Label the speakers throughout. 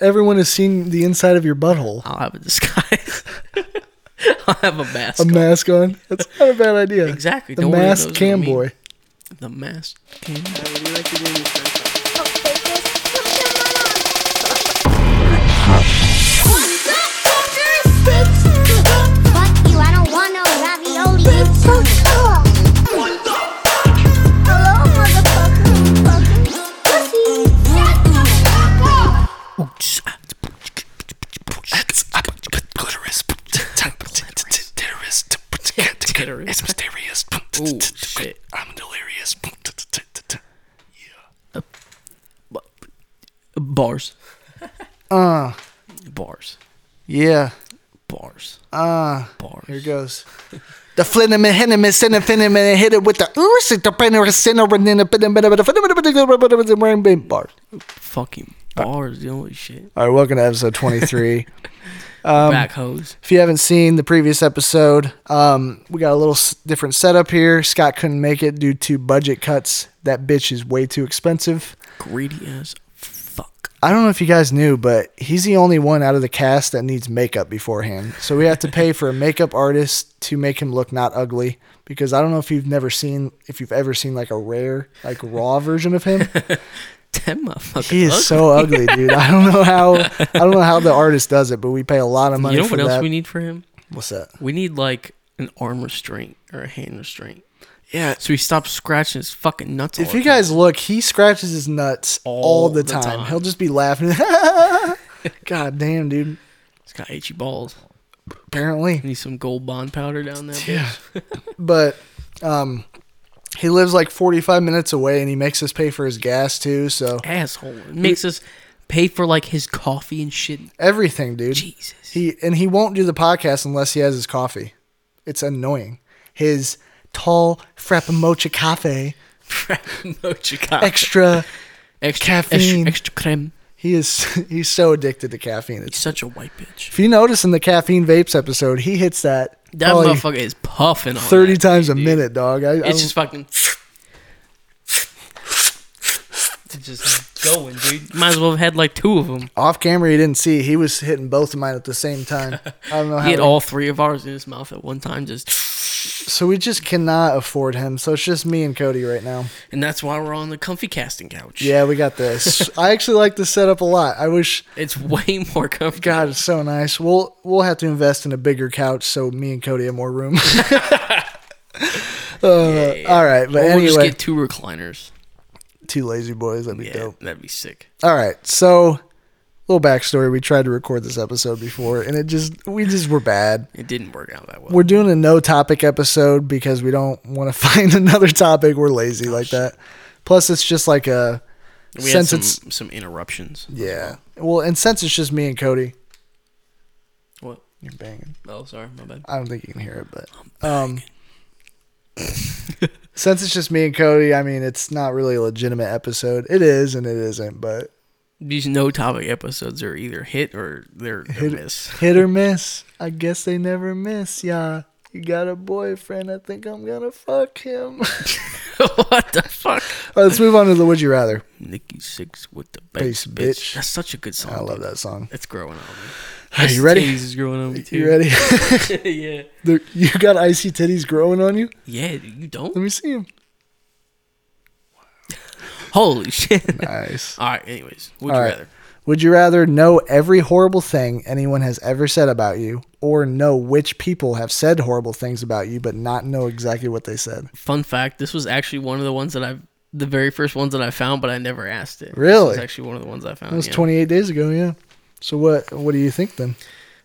Speaker 1: Everyone has seen the inside of your butthole.
Speaker 2: I'll have a disguise. I'll have a mask.
Speaker 1: A
Speaker 2: on.
Speaker 1: mask on. That's not a bad idea.
Speaker 2: Exactly.
Speaker 1: The
Speaker 2: No one even
Speaker 1: masked
Speaker 2: knows what I
Speaker 1: cam
Speaker 2: mean.
Speaker 1: boy.
Speaker 2: The mask. Cam.
Speaker 3: Fuck you, I don't want no ravioli. It's so cool. What the fuck? Hello, motherfucker. Fucking pussy. Shut the fuck up.
Speaker 2: Clitoris.
Speaker 4: It's mysterious.
Speaker 2: Oh shit.
Speaker 4: I'm delirious.
Speaker 2: Bars. Uh. Bars.
Speaker 1: Yeah.
Speaker 2: Bars.
Speaker 1: Ah.
Speaker 2: Bars.
Speaker 1: Here goes. The flinum and henum and sin and finum and hit it with the oorsic, the penner and sinner and then a bit of bit of bit of bit of bit of bit of bit of bit of bar.
Speaker 2: Fucking
Speaker 1: Uh.
Speaker 2: bars. The only shit.
Speaker 1: All right, welcome to episode 23. Um,
Speaker 2: Back hose.
Speaker 1: if you haven't seen the previous episode, um, we got a little s- different setup here. Scott couldn't make it due to budget cuts. That bitch is way too expensive.
Speaker 2: Greedy as fuck.
Speaker 1: I don't know if you guys knew, but he's the only one out of the cast that needs makeup beforehand. So we have to pay for a makeup artist to make him look not ugly. Because I don't know if you've never seen, if you've ever seen like a rare, like raw version of him.
Speaker 2: That motherfucker.
Speaker 1: He
Speaker 2: ugly.
Speaker 1: is so ugly, dude. I don't know how, I don't know how the artist does it, but we pay a lot of money
Speaker 2: You know
Speaker 1: for
Speaker 2: what else
Speaker 1: that.
Speaker 2: we need for him?
Speaker 1: What's that?
Speaker 2: We need like an arm restraint or a hand restraint.
Speaker 1: Yeah.
Speaker 2: So he stops scratching his fucking nuts.
Speaker 1: If
Speaker 2: all
Speaker 1: you
Speaker 2: the time.
Speaker 1: guys look, he scratches his nuts all,
Speaker 2: All
Speaker 1: the,
Speaker 2: the
Speaker 1: time.
Speaker 2: time.
Speaker 1: He'll just be laughing. God damn, dude.
Speaker 2: he's got itchy balls.
Speaker 1: Apparently.
Speaker 2: Need some gold bond powder down there. bitch.
Speaker 1: Yeah. but um he lives like 45 minutes away and he makes us pay for his gas too, so
Speaker 2: Asshole. It makes us pay for like his coffee and shit.
Speaker 1: everything, dude.
Speaker 2: Jesus.
Speaker 1: He and he won't do the podcast unless he has his coffee. It's annoying. His tall frappuccino cafe,
Speaker 2: no Chicago.
Speaker 1: extra.
Speaker 2: extra
Speaker 1: caffeine.
Speaker 2: Extra, extra creme.
Speaker 1: He is he's so addicted to caffeine.
Speaker 2: He's
Speaker 1: It's,
Speaker 2: such a white bitch.
Speaker 1: if you notice in the caffeine vapes episode, he hits that,
Speaker 2: That
Speaker 1: probably
Speaker 2: motherfucker is puffing on
Speaker 1: 30
Speaker 2: that
Speaker 1: times
Speaker 2: thing,
Speaker 1: a
Speaker 2: dude.
Speaker 1: minute, dog. I, I
Speaker 2: It's just fucking. It's just going, dude. Might as well have had like two of them.
Speaker 1: off camera you didn't see he was hitting both of mine at the same time. I don't know how
Speaker 2: He had
Speaker 1: he-
Speaker 2: all three of ours in his mouth at one time, just.
Speaker 1: So we just cannot afford him. So it's just me and Cody right now.
Speaker 2: And that's why we're on the comfy casting couch.
Speaker 1: Yeah, we got this. I actually like this setup a lot. I wish
Speaker 2: It's way more comfortable.
Speaker 1: God, it's so nice. We'll we'll have to invest in a bigger couch so me and Cody have more room. Uh, All right, but
Speaker 2: Or we'll just
Speaker 1: anyway,
Speaker 2: get two recliners.
Speaker 1: two lazy boys. That'd be
Speaker 2: Yeah,
Speaker 1: dope.
Speaker 2: that'd be sick.
Speaker 1: All right, so little backstory. We tried to record this episode before, and it just we just were bad.
Speaker 2: It didn't work out that well.
Speaker 1: We're doing a no topic episode because we don't want to find another topic. We're lazy like that. Plus, it's just like a
Speaker 2: Oh, we had
Speaker 1: since
Speaker 2: some,
Speaker 1: it's
Speaker 2: some interruptions.
Speaker 1: Yeah. Well, and since it's just me and Cody,
Speaker 2: What?
Speaker 1: you're banging.
Speaker 2: Oh, sorry, my bad.
Speaker 1: I don't think you can hear it, but um, since it's just me and Cody, I mean, it's not really a legitimate episode. It is, and it isn't, but
Speaker 2: These no topic episodes are either hit or they're, they're miss.
Speaker 1: hit or miss. I guess they never miss. Yeah. You got a boyfriend. I think I'm gonna fuck him. All
Speaker 2: what the fuck?
Speaker 1: right, let's move on to the Would You Rather.
Speaker 2: Nikki Six with the
Speaker 1: Bass
Speaker 2: bass, bitch.
Speaker 1: bitch.
Speaker 2: That's such a good song.
Speaker 1: I love
Speaker 2: dude.
Speaker 1: that song.
Speaker 2: It's growing on me.
Speaker 1: Are
Speaker 2: Ice
Speaker 1: you ready?
Speaker 2: Titties is growing on me too.
Speaker 1: You ready?
Speaker 2: ready? yeah.
Speaker 1: There- you got icy titties growing on you?
Speaker 2: Yeah, dude, you don't?
Speaker 1: Let me see them.
Speaker 2: Holy shit.
Speaker 1: Nice.
Speaker 2: All right, anyways. Would
Speaker 1: All
Speaker 2: you
Speaker 1: right.
Speaker 2: rather?
Speaker 1: Would you rather know every horrible thing anyone has ever said about you, or know which people have said horrible things about you but not know exactly what they said?
Speaker 2: Fun fact, this was actually one of the ones that I've the very first ones that I found, but I never asked it. This
Speaker 1: Really?
Speaker 2: was actually one of the ones I found.
Speaker 1: That was
Speaker 2: yeah.
Speaker 1: 28 days ago, yeah. So what? What do you think then?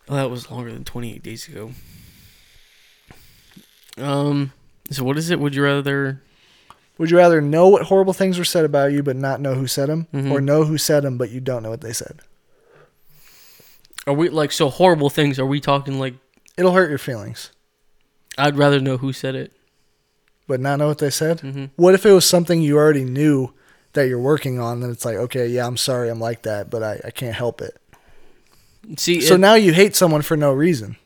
Speaker 2: Well, that was longer than 28 days ago. Um, so what is it? Would you rather?
Speaker 1: Would you rather know what horrible things were said about you but not know who said them, or know who said them but you don't know what they said?
Speaker 2: Are we like so horrible things? Are we talking like
Speaker 1: It'll hurt your feelings,
Speaker 2: I'd rather know who said it?
Speaker 1: but not know what they said. What if it was something you already knew that you're working on? Then it's like, okay, yeah, I'm sorry, I'm like that, but I, I can't help it.
Speaker 2: See,
Speaker 1: So
Speaker 2: it-
Speaker 1: now you hate someone for no reason.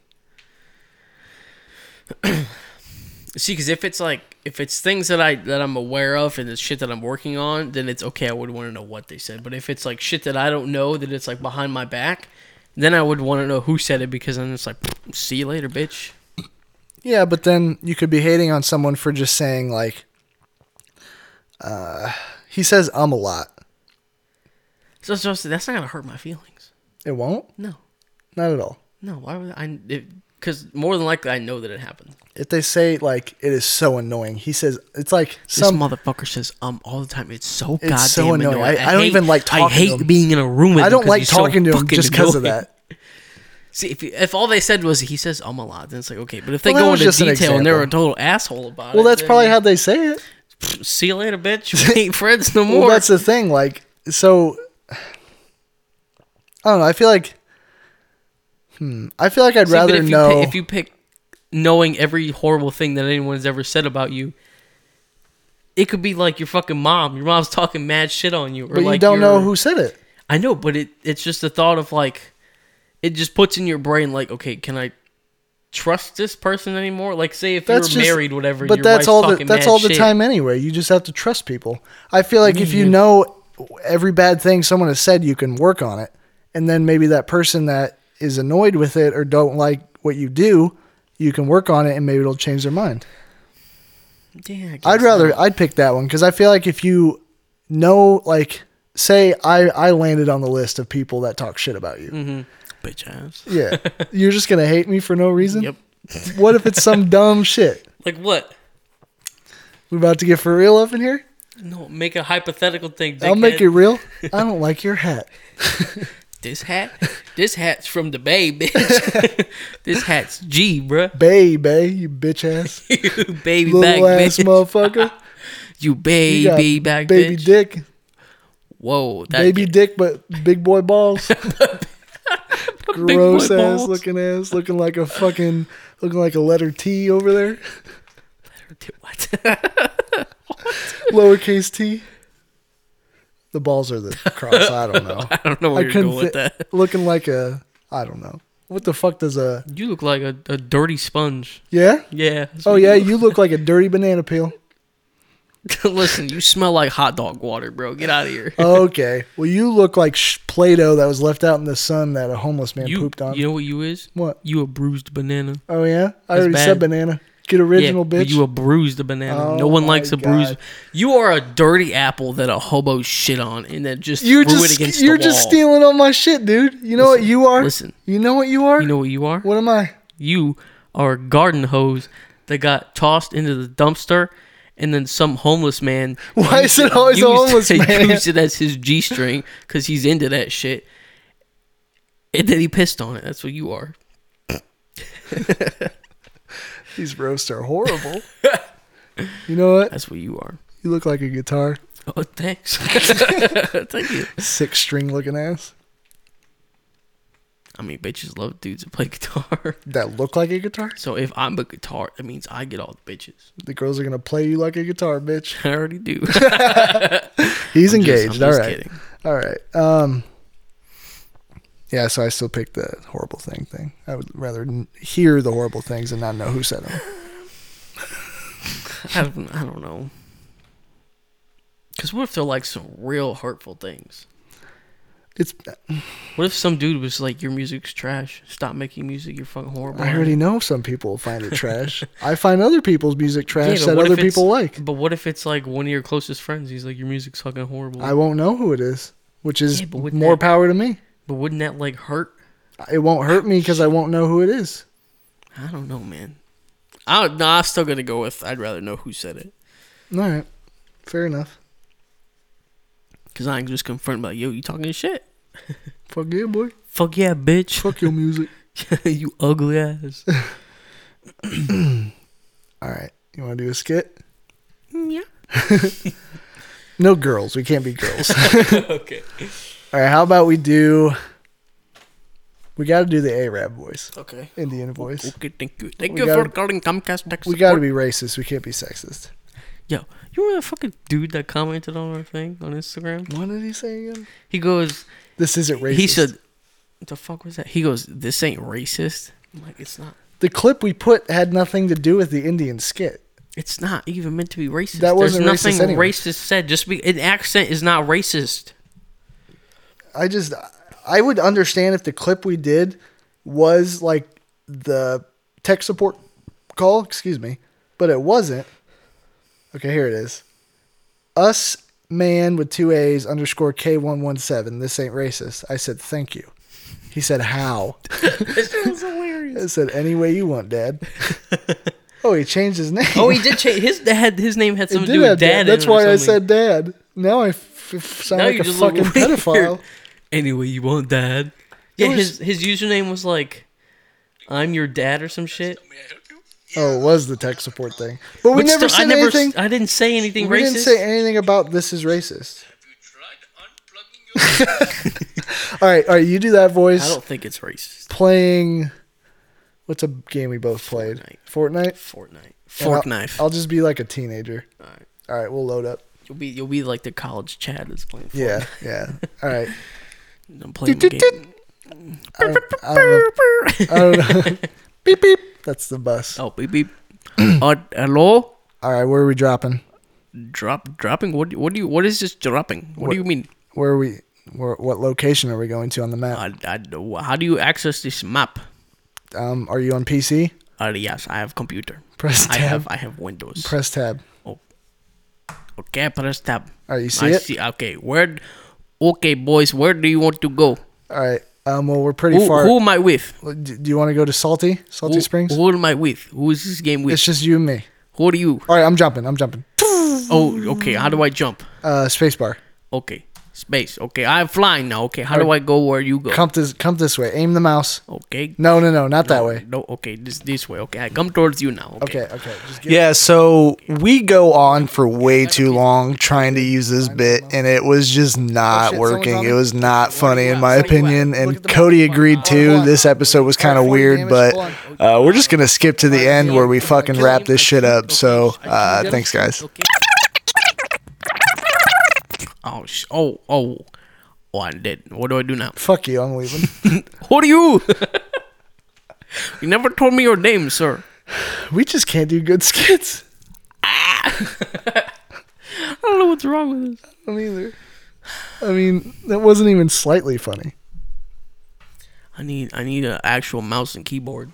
Speaker 2: see, because if it's like if it's things that I that I'm aware of and it's shit that I'm working on, then it's okay. I would want to know what they said. But if it's like shit that I don't know, that it's like behind my back, then I would want to know who said it because then it's like, see you later, bitch.
Speaker 1: Yeah, but then you could be hating on someone for just saying like, uh, he says um a lot.
Speaker 2: So, so, so that's not gonna hurt my feelings.
Speaker 1: It won't,
Speaker 2: No,
Speaker 1: not at all.
Speaker 2: no. Why would I? Because more than likely, I know that it happened.
Speaker 1: If they say like it is so annoying, he says it's like
Speaker 2: This
Speaker 1: some.
Speaker 2: motherfucker says um all the time. It's so
Speaker 1: It's
Speaker 2: goddamn
Speaker 1: so annoying.
Speaker 2: annoying.
Speaker 1: I- I don't even like
Speaker 2: I
Speaker 1: talking to
Speaker 2: hate
Speaker 1: him.
Speaker 2: being in a room with.
Speaker 1: I
Speaker 2: him
Speaker 1: don't
Speaker 2: 'cause
Speaker 1: like
Speaker 2: he's so
Speaker 1: talking to him
Speaker 2: fucking
Speaker 1: just because of
Speaker 2: annoying.
Speaker 1: that.
Speaker 2: See, if, if all they said was he says um a lot, then it's like okay. But if they
Speaker 1: Well, that
Speaker 2: go
Speaker 1: was
Speaker 2: into
Speaker 1: just an
Speaker 2: detail and they're a
Speaker 1: example.
Speaker 2: total asshole about it,
Speaker 1: Well, that's
Speaker 2: then
Speaker 1: probably how they say it.
Speaker 2: see you later, bitch. We ain't friends no more.
Speaker 1: Well, that's the thing. Like, so I don't know. I feel like, hmm. I feel like I'd
Speaker 2: See, but
Speaker 1: rather
Speaker 2: if you
Speaker 1: know.
Speaker 2: pick, if you pick knowing every horrible thing that anyone's ever said about you. It could be like your fucking mom. Your mom's talking mad shit on you, or
Speaker 1: but
Speaker 2: like
Speaker 1: you don't know
Speaker 2: your-
Speaker 1: who said it.
Speaker 2: I know, but it it's just the thought of like it just puts in your brain like, okay, can I trust this person anymore? Like, say if
Speaker 1: That's
Speaker 2: you're
Speaker 1: just-
Speaker 2: married, whatever.
Speaker 1: But
Speaker 2: your
Speaker 1: that's
Speaker 2: wife's
Speaker 1: all. The,
Speaker 2: talking
Speaker 1: that's
Speaker 2: mad
Speaker 1: all the
Speaker 2: shit.
Speaker 1: time anyway. You just have to trust people. I feel like if you know every bad thing someone has said, you can work on it, and then maybe that person that is annoyed with it or don't like what you do, you can work on it, and maybe it'll change their mind.
Speaker 2: Yeah, I guess
Speaker 1: I'd rather I'd pick that one because I feel like if you know, like, say I I landed on the list of people that talk shit about you.
Speaker 2: Mm-hmm. bitch ass.
Speaker 1: Yeah, you're just gonna hate me for no reason.
Speaker 2: Yep.
Speaker 1: What if it's some dumb shit?
Speaker 2: Like what?
Speaker 1: We about to get for real up in here.
Speaker 2: No, make a hypothetical thing.
Speaker 1: I'll make
Speaker 2: dickhead.
Speaker 1: it real. I don't like your hat.
Speaker 2: This hat, this hat's from the bay, bitch. this hat's G, bruh.
Speaker 1: Baby, you bitch ass.
Speaker 2: You baby back,
Speaker 1: Little ass
Speaker 2: bitch.
Speaker 1: motherfucker.
Speaker 2: You
Speaker 1: You got
Speaker 2: baby back,
Speaker 1: baby
Speaker 2: bitch.
Speaker 1: dick.
Speaker 2: Whoa, that
Speaker 1: Baby dick, but big boy balls.
Speaker 2: boy
Speaker 1: Gross ass
Speaker 2: balls.
Speaker 1: looking ass. Looking like a fucking, looking like a letter T over there.
Speaker 2: What?
Speaker 1: Lowercase t. The balls are the cross. I don't know.
Speaker 2: I don't know where
Speaker 1: I
Speaker 2: you're
Speaker 1: couldn't
Speaker 2: going with
Speaker 1: thi-
Speaker 2: that.
Speaker 1: Looking like a, I don't know. What the fuck does a,
Speaker 2: You look like a, a dirty sponge.
Speaker 1: yeah?
Speaker 2: Yeah. that's
Speaker 1: Oh
Speaker 2: what
Speaker 1: yeah, you look like a dirty banana peel.
Speaker 2: Listen, you smell like hot dog water, bro. Get out of here.
Speaker 1: Okay. Well, you look like sh- Play-Doh that was left out in the sun that a homeless man
Speaker 2: you,
Speaker 1: pooped on.
Speaker 2: you know what you is?
Speaker 1: What?
Speaker 2: You a bruised banana.
Speaker 1: oh yeah, I
Speaker 2: That's
Speaker 1: already said
Speaker 2: bad.
Speaker 1: banana. Get original,
Speaker 2: yeah,
Speaker 1: bitch.
Speaker 2: but You a bruised banana.
Speaker 1: Oh
Speaker 2: no one
Speaker 1: my
Speaker 2: likes a bruised.
Speaker 1: God.
Speaker 2: You are a dirty apple that a hobo shit on and then just
Speaker 1: you're
Speaker 2: threw
Speaker 1: just
Speaker 2: it against
Speaker 1: you're
Speaker 2: the
Speaker 1: just
Speaker 2: wall.
Speaker 1: stealing all my shit, dude. You know what you are?
Speaker 2: listen.
Speaker 1: You know what you are?
Speaker 2: You know what you are?
Speaker 1: what am I?
Speaker 2: You are a garden hose that got tossed into the dumpster. And then some homeless man.
Speaker 1: Why is it always a
Speaker 2: used-
Speaker 1: homeless man?
Speaker 2: Used it as his G string because he's into that shit. And then he pissed on it. That's what you are.
Speaker 1: These roasts are horrible. you know what?
Speaker 2: That's what you are.
Speaker 1: You look like a guitar,
Speaker 2: Oh, thanks. Thank you.
Speaker 1: six string looking ass
Speaker 2: I mean, bitches love dudes that play guitar.
Speaker 1: that look like a guitar.
Speaker 2: So if I'm a guitar, that means I get all the bitches.
Speaker 1: The girls are gonna play you like a guitar, bitch.
Speaker 2: I already do.
Speaker 1: He's
Speaker 2: I'm just-
Speaker 1: engaged.
Speaker 2: I'm just
Speaker 1: all right.
Speaker 2: kidding.
Speaker 1: All right. Um. Yeah, so I still picked the horrible thing thing. I would rather n- hear the horrible things and not know who said them.
Speaker 2: I don't, I don't know. Because what if they're like some real hurtful things?
Speaker 1: It's
Speaker 2: What if some dude was like, "Your music's trash. Stop making music. You're fucking horrible."
Speaker 1: I already know some people find it trash. I find other people's music
Speaker 2: Yeah,
Speaker 1: trash
Speaker 2: but
Speaker 1: that
Speaker 2: what if
Speaker 1: other
Speaker 2: it's-
Speaker 1: people like.
Speaker 2: But what if it's like one of your closest friends? He's like, "Your music's fucking horrible."
Speaker 1: I won't know who it is, which is
Speaker 2: Yeah, but wouldn't
Speaker 1: more
Speaker 2: that-
Speaker 1: power to me.
Speaker 2: but wouldn't that like hurt?
Speaker 1: It won't hurt me because I won't know who it is.
Speaker 2: I don't know, man. I don't, no, I'm still gonna go with. I'd rather know who said it
Speaker 1: All right, fair enough.
Speaker 2: because I can just confront about yo, you talking shit.
Speaker 1: Fuck yeah, boy.
Speaker 2: Fuck yeah, bitch.
Speaker 1: Fuck your music.
Speaker 2: you ugly ass.
Speaker 1: All right, you want to do a skit?
Speaker 2: Mm, yeah.
Speaker 1: No girls. We can't be girls.
Speaker 2: Okay.
Speaker 1: All right, how about we do? We got to do the Arab voice,
Speaker 2: Okay.
Speaker 1: Indian voice.
Speaker 2: Okay. Thank you. Thank
Speaker 1: We
Speaker 2: you
Speaker 1: gotta-
Speaker 2: for calling Comcast Tech
Speaker 1: We
Speaker 2: support.
Speaker 1: got to be racist. We can't be sexist.
Speaker 2: Yo, you remember the fucking dude that commented on our thing on Instagram?
Speaker 1: What did he say again?
Speaker 2: He goes,
Speaker 1: This isn't racist.
Speaker 2: he said, "What the fuck was that?" He goes, "This ain't racist." I'm like, it's not.
Speaker 1: the clip we put had nothing to do with the Indian skit.
Speaker 2: It's not even meant to be racist.
Speaker 1: That wasn't
Speaker 2: There's nothing
Speaker 1: racist anyway.
Speaker 2: racist said. Just be an accent is not racist.
Speaker 1: I just I would understand if the clip we did was like the tech support call, excuse me, but it wasn't. Okay, here it is. Us man with two A's underscore K one one seven. This ain't racist. I said thank you. He said how.
Speaker 2: This is hilarious.
Speaker 1: I said any way you want, Dad. oh, he changed his name.
Speaker 2: Oh, he did change his dad. His name had
Speaker 1: He
Speaker 2: something to
Speaker 1: did
Speaker 2: do with
Speaker 1: have
Speaker 2: dad. in
Speaker 1: That's
Speaker 2: it or
Speaker 1: why I
Speaker 2: something.
Speaker 1: said Dad. Now I f- f- sound
Speaker 2: Now
Speaker 1: like
Speaker 2: you
Speaker 1: a
Speaker 2: just look
Speaker 1: fucking
Speaker 2: weird.
Speaker 1: pedophile.
Speaker 2: Anyway, you want dad? Yeah,
Speaker 1: was-
Speaker 2: his his username was like, "I'm your dad" or some shit.
Speaker 1: Oh, it was the tech support thing. But we
Speaker 2: But
Speaker 1: never
Speaker 2: still,
Speaker 1: said
Speaker 2: I never,
Speaker 1: anything.
Speaker 2: I didn't say anything
Speaker 1: we
Speaker 2: racist.
Speaker 1: didn't say anything about this is racist. All right, all right. You do that
Speaker 2: I
Speaker 1: voice
Speaker 2: don't think it's racist.
Speaker 1: playing. What's a game we both played? Fortnite.
Speaker 2: Fortnite,
Speaker 1: And
Speaker 2: fork
Speaker 1: I'll-
Speaker 2: knife.
Speaker 1: I'll just be like a teenager. All
Speaker 2: right.
Speaker 1: All right, we'll load up.
Speaker 2: you'll be you'll be like the college Chad that's playing. Fortnite.
Speaker 1: Yeah, yeah. All right.
Speaker 2: I'm playing my game.
Speaker 1: I don't know. I don't know. beep beep. That's the bus.
Speaker 2: Oh, beep beep. uh, hello.
Speaker 1: All right, where are we dropping?
Speaker 2: Drop dropping. What do- what do you what is this dropping? What, do you mean?
Speaker 1: Where are we? Where, what location are we going to on the map?
Speaker 2: I, I, don't- how do you access this map?
Speaker 1: Um, are you on PC?
Speaker 2: Uh, yes, I have computer.
Speaker 1: Press
Speaker 2: I
Speaker 1: tab.
Speaker 2: have I have Windows.
Speaker 1: Press tab.
Speaker 2: okay, press tab.
Speaker 1: All right, Ah, you see
Speaker 2: I
Speaker 1: it?
Speaker 2: see. Okay, where? Okay, boys, where do you want to go?
Speaker 1: All right. Um, well, we're pretty
Speaker 2: Who,
Speaker 1: far.
Speaker 2: who am I with?
Speaker 1: Well, Do do you want to go to Salty? Salty
Speaker 2: Who,
Speaker 1: Springs?
Speaker 2: who am I with? Who is this game with?
Speaker 1: It's just you and me.
Speaker 2: Who are you?
Speaker 1: All right, I'm jumping. I'm jumping.
Speaker 2: Oh, okay. How do I jump?
Speaker 1: Uh, spacebar.
Speaker 2: Okay, space. Okay, I'm flying now. Okay, how do I go where you go?
Speaker 1: Come this, come this way. Aim the mouse.
Speaker 2: Okay.
Speaker 1: No, no, no, not that way.
Speaker 2: No. Okay, this this way. Okay, I come towards you now. Okay.
Speaker 1: Okay, okay. Just get,
Speaker 5: Yeah, so we go on for way too long trying to use this bit, and it was just not
Speaker 1: Oh, shit,
Speaker 5: working.
Speaker 1: someone's on
Speaker 5: It
Speaker 1: me.
Speaker 5: was not funny, in my opinion.
Speaker 1: Look at
Speaker 5: And
Speaker 1: the mic.
Speaker 5: Cody agreed too. This episode was kind of
Speaker 1: Alright,
Speaker 5: weird,
Speaker 1: damage,
Speaker 5: but
Speaker 1: hold
Speaker 5: uh, we're just going to skip to the end where we fucking wrap this shit up. So uh, thanks, guys.
Speaker 2: Okay. Oh, sh- oh, oh. Oh, I'm dead. What do I do now?
Speaker 1: fuck you. I'm leaving.
Speaker 2: Who are you? you never told me your name, sir.
Speaker 1: we just can't do good skits.
Speaker 2: I don't know what's wrong with this.
Speaker 1: I mean, either. I mean, that wasn't even slightly funny.
Speaker 2: I need I need an actual mouse and keyboard.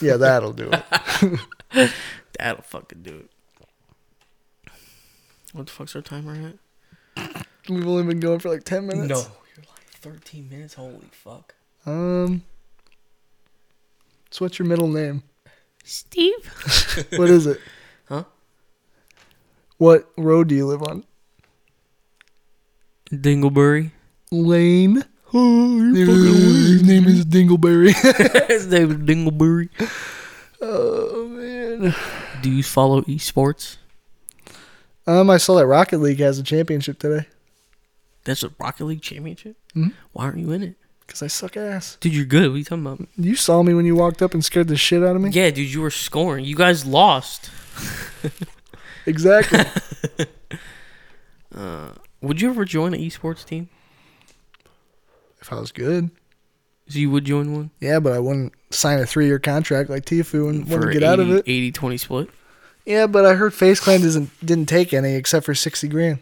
Speaker 1: Yeah, that'll do it.
Speaker 2: That'll fucking do it. What the fuck's our timer at?
Speaker 1: We've only been going for like ten minutes.
Speaker 2: you're like 13 minutes. Holy fuck.
Speaker 1: Um. So what's your middle name?
Speaker 2: Steve?
Speaker 1: What is it?
Speaker 2: Huh?
Speaker 1: What road do you live on?
Speaker 2: Dingleberry.
Speaker 1: Lane. His Oh, name is Dingleberry.
Speaker 2: His name is Dingleberry.
Speaker 1: oh man.
Speaker 2: Do you follow esports?
Speaker 1: Um, I saw that Rocket League has a championship today
Speaker 2: That's a Rocket League championship?
Speaker 1: Hmm?
Speaker 2: Why aren't you in it?
Speaker 1: because I suck ass.
Speaker 2: Dude, you're good. What are you talking about?
Speaker 1: You saw me when you walked up and scared the shit out of me.
Speaker 2: Yeah, dude, you were scoring. You guys lost.
Speaker 1: Exactly.
Speaker 2: Would you ever join an esports team?
Speaker 1: if I was good.
Speaker 2: So you would join one?
Speaker 1: Yeah, but I wouldn't sign a three-year contract like Tfue and want
Speaker 2: For
Speaker 1: to get out of
Speaker 2: 80
Speaker 1: it.
Speaker 2: 80 20 split?
Speaker 1: Yeah, but I heard Face Clan doesn't didn't take any except for sixty grand.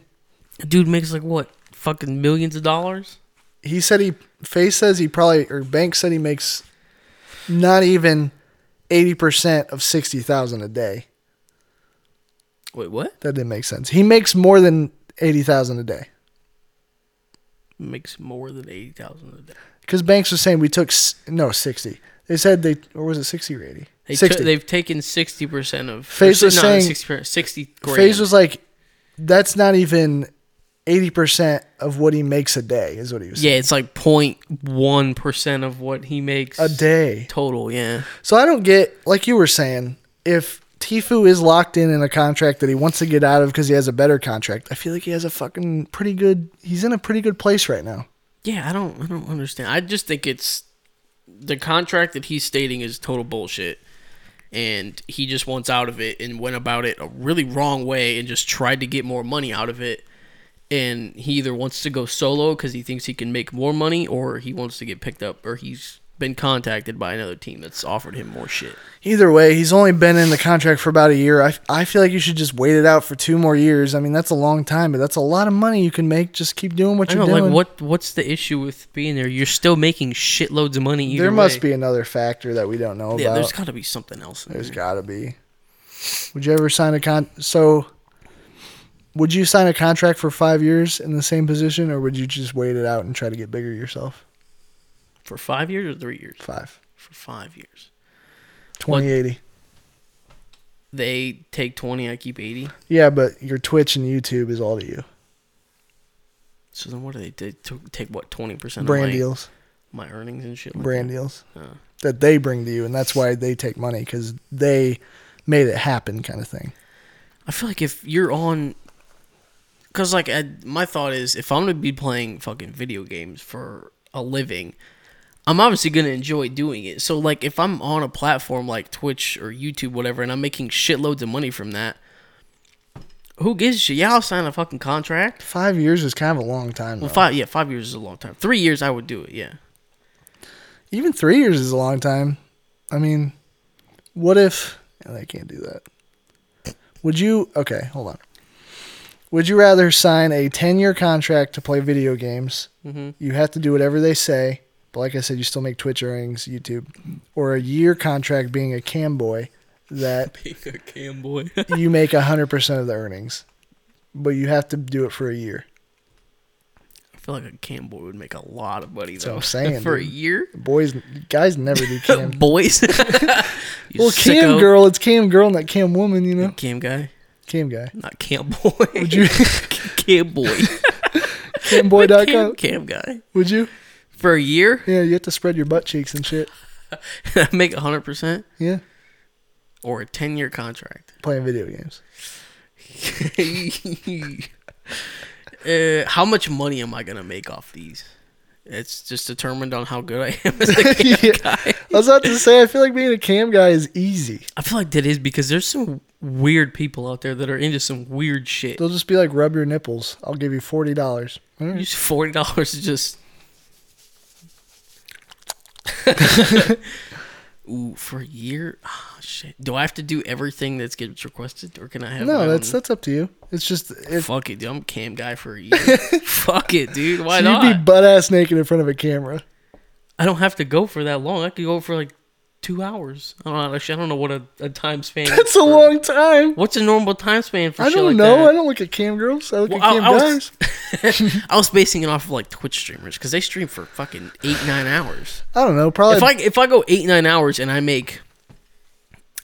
Speaker 2: Dude makes like what? Fucking millions of dollars?
Speaker 1: He said he Face says he probably or Bank said he makes not even eighty percent of sixty thousand a day.
Speaker 2: Wait, what?
Speaker 1: That didn't make sense. He makes more than eighty thousand a day.
Speaker 2: Makes more than 80000 a day.
Speaker 1: Because Banks was saying we took s- no sixty. They said they or was it sixty or eighty?
Speaker 2: They took-
Speaker 1: sixty.
Speaker 2: they've taken sixty percent of.
Speaker 1: Faze
Speaker 2: or
Speaker 1: was
Speaker 2: si-
Speaker 1: saying-
Speaker 2: 60%, sixty grand.
Speaker 1: Faze was like, that's not even eighty percent of what he makes a day. Is what he was
Speaker 2: yeah, it's like 0.1 percent of what he makes
Speaker 1: saying. a day.
Speaker 2: total. Yeah,
Speaker 1: So I don't get like you were saying if. Tifu is locked in in a contract that he wants to get out of because he has a better contract. I feel like he has a fucking pretty good. He's in a pretty good place right now.
Speaker 2: yeah. I don't, I don't understand. I just think it's the contract that he's stating is total bullshit, and he just wants out of it and went about it a really wrong way and just tried to get more money out of it. And he either wants to go solo because he thinks he can make more money, or he wants to get picked up, or he's been contacted by another team that's offered him more shit.
Speaker 5: Either way, he's only been in the contract for about a year. I, I feel like you should just wait it out for two more years. I mean, that's a long time, but that's a lot of money you can make. Just keep doing what
Speaker 2: I
Speaker 5: you're
Speaker 2: know,
Speaker 5: doing.
Speaker 2: like what what's the issue with being there? You're still making shitloads of money. Either
Speaker 5: there must
Speaker 2: way.
Speaker 5: be another factor that we don't know
Speaker 2: Yeah,
Speaker 5: about.
Speaker 2: there's got to be something else. In
Speaker 5: There's
Speaker 2: there.
Speaker 5: got to be. Would you ever sign a con? So, would you sign a contract for five years in the same position, or would you just wait it out and try to get bigger yourself?
Speaker 2: for five years or three years.
Speaker 5: Five.
Speaker 2: For five years,
Speaker 5: 2080.
Speaker 2: they take twenty. I keep eighty.
Speaker 5: Yeah, but your Twitch and YouTube is all to you.
Speaker 2: So then, what do they do? Took- Take what twenty percent of
Speaker 5: Brand
Speaker 2: my,
Speaker 5: deals.
Speaker 2: my earnings and shit. Like
Speaker 5: Brand
Speaker 2: that?
Speaker 5: deals.
Speaker 2: Uh.
Speaker 5: That they bring to you, and that's why they take money because they made it happen, kind of thing.
Speaker 2: I feel like if you're on, because like I, my thought is, if I'm gonna be playing fucking video games for a living, I'm obviously gonna enjoy doing it. So like, if I'm on a platform like Twitch or YouTube, whatever, and I'm making shitloads of money from that, who gives a shit? Yeah, I'll sign a fucking contract.
Speaker 5: Five years is kind of a long time.
Speaker 2: Well,
Speaker 5: though.
Speaker 2: five, yeah, five years is a long time. Three years, I would do it. Yeah,
Speaker 5: Even three years is a long time. I mean, what if and I can't do that? Would you? Okay, hold on. Would you rather sign a ten-year contract to play video games? You have to do whatever they say, but like I said, you still make Twitch earnings, YouTube, or a year contract being a cam boy that
Speaker 2: pick a cam boy.
Speaker 5: you make hundred percent of the earnings, but you have to do it for a year.
Speaker 2: I feel like a cam boy would make a lot of money though.
Speaker 5: what I'm saying,
Speaker 2: for a
Speaker 5: dude.
Speaker 2: year,
Speaker 5: Boys, guys never do cam.
Speaker 2: boys. You
Speaker 5: well, cam
Speaker 2: sicko.
Speaker 5: girl, it's cam girl, not cam woman. You know,
Speaker 2: cam guy.
Speaker 5: cam guy.
Speaker 2: Not Cam Boy.
Speaker 5: Would you?
Speaker 2: Cam Boy.
Speaker 5: Camboy.com.
Speaker 2: Cam, cam guy.
Speaker 5: Would you?
Speaker 2: For a year,
Speaker 5: Yeah, you have to spread your butt cheeks and shit.
Speaker 2: I make 100%
Speaker 5: Yeah,
Speaker 2: or a 10 year contract.
Speaker 5: playing video games.
Speaker 2: uh, how much money am I going to make off these? It's just determined on how good I am as a cam
Speaker 5: Yeah.
Speaker 2: guy.
Speaker 5: I was about to say, I feel like being a cam guy is easy.
Speaker 2: I feel like that is because there's some weird people out there that are into some weird shit.
Speaker 5: They'll just be like, rub your nipples. I'll give you forty dollars.
Speaker 2: Use forty dollars to just. Ooh, for a year? Ah, shit. Do I have to do everything that's gets requested, or can I have? my
Speaker 5: No, that's
Speaker 2: own?
Speaker 5: that's up to you. It's just if
Speaker 2: Fuck it, dude. I'm cam guy for a year. Fuck it, dude. Why
Speaker 5: you'd
Speaker 2: not?
Speaker 5: be butt ass naked in front of a camera.
Speaker 2: I don't have to go for that long. I could go for like two hours. I don't know. Actually, I don't know what a, a time span.
Speaker 5: That's a long time.
Speaker 2: What's a normal time span for
Speaker 5: I
Speaker 2: shit
Speaker 5: don't
Speaker 2: like
Speaker 5: know.
Speaker 2: that?
Speaker 5: I don't look at cam girls. I look
Speaker 2: Well,
Speaker 5: at
Speaker 2: I-
Speaker 5: cam
Speaker 2: I was-
Speaker 5: guys.
Speaker 2: I was basing it off of like Twitch streamers because they stream for fucking eight nine hours.
Speaker 5: I don't know. Probably
Speaker 2: if I if I go eight nine hours and I make,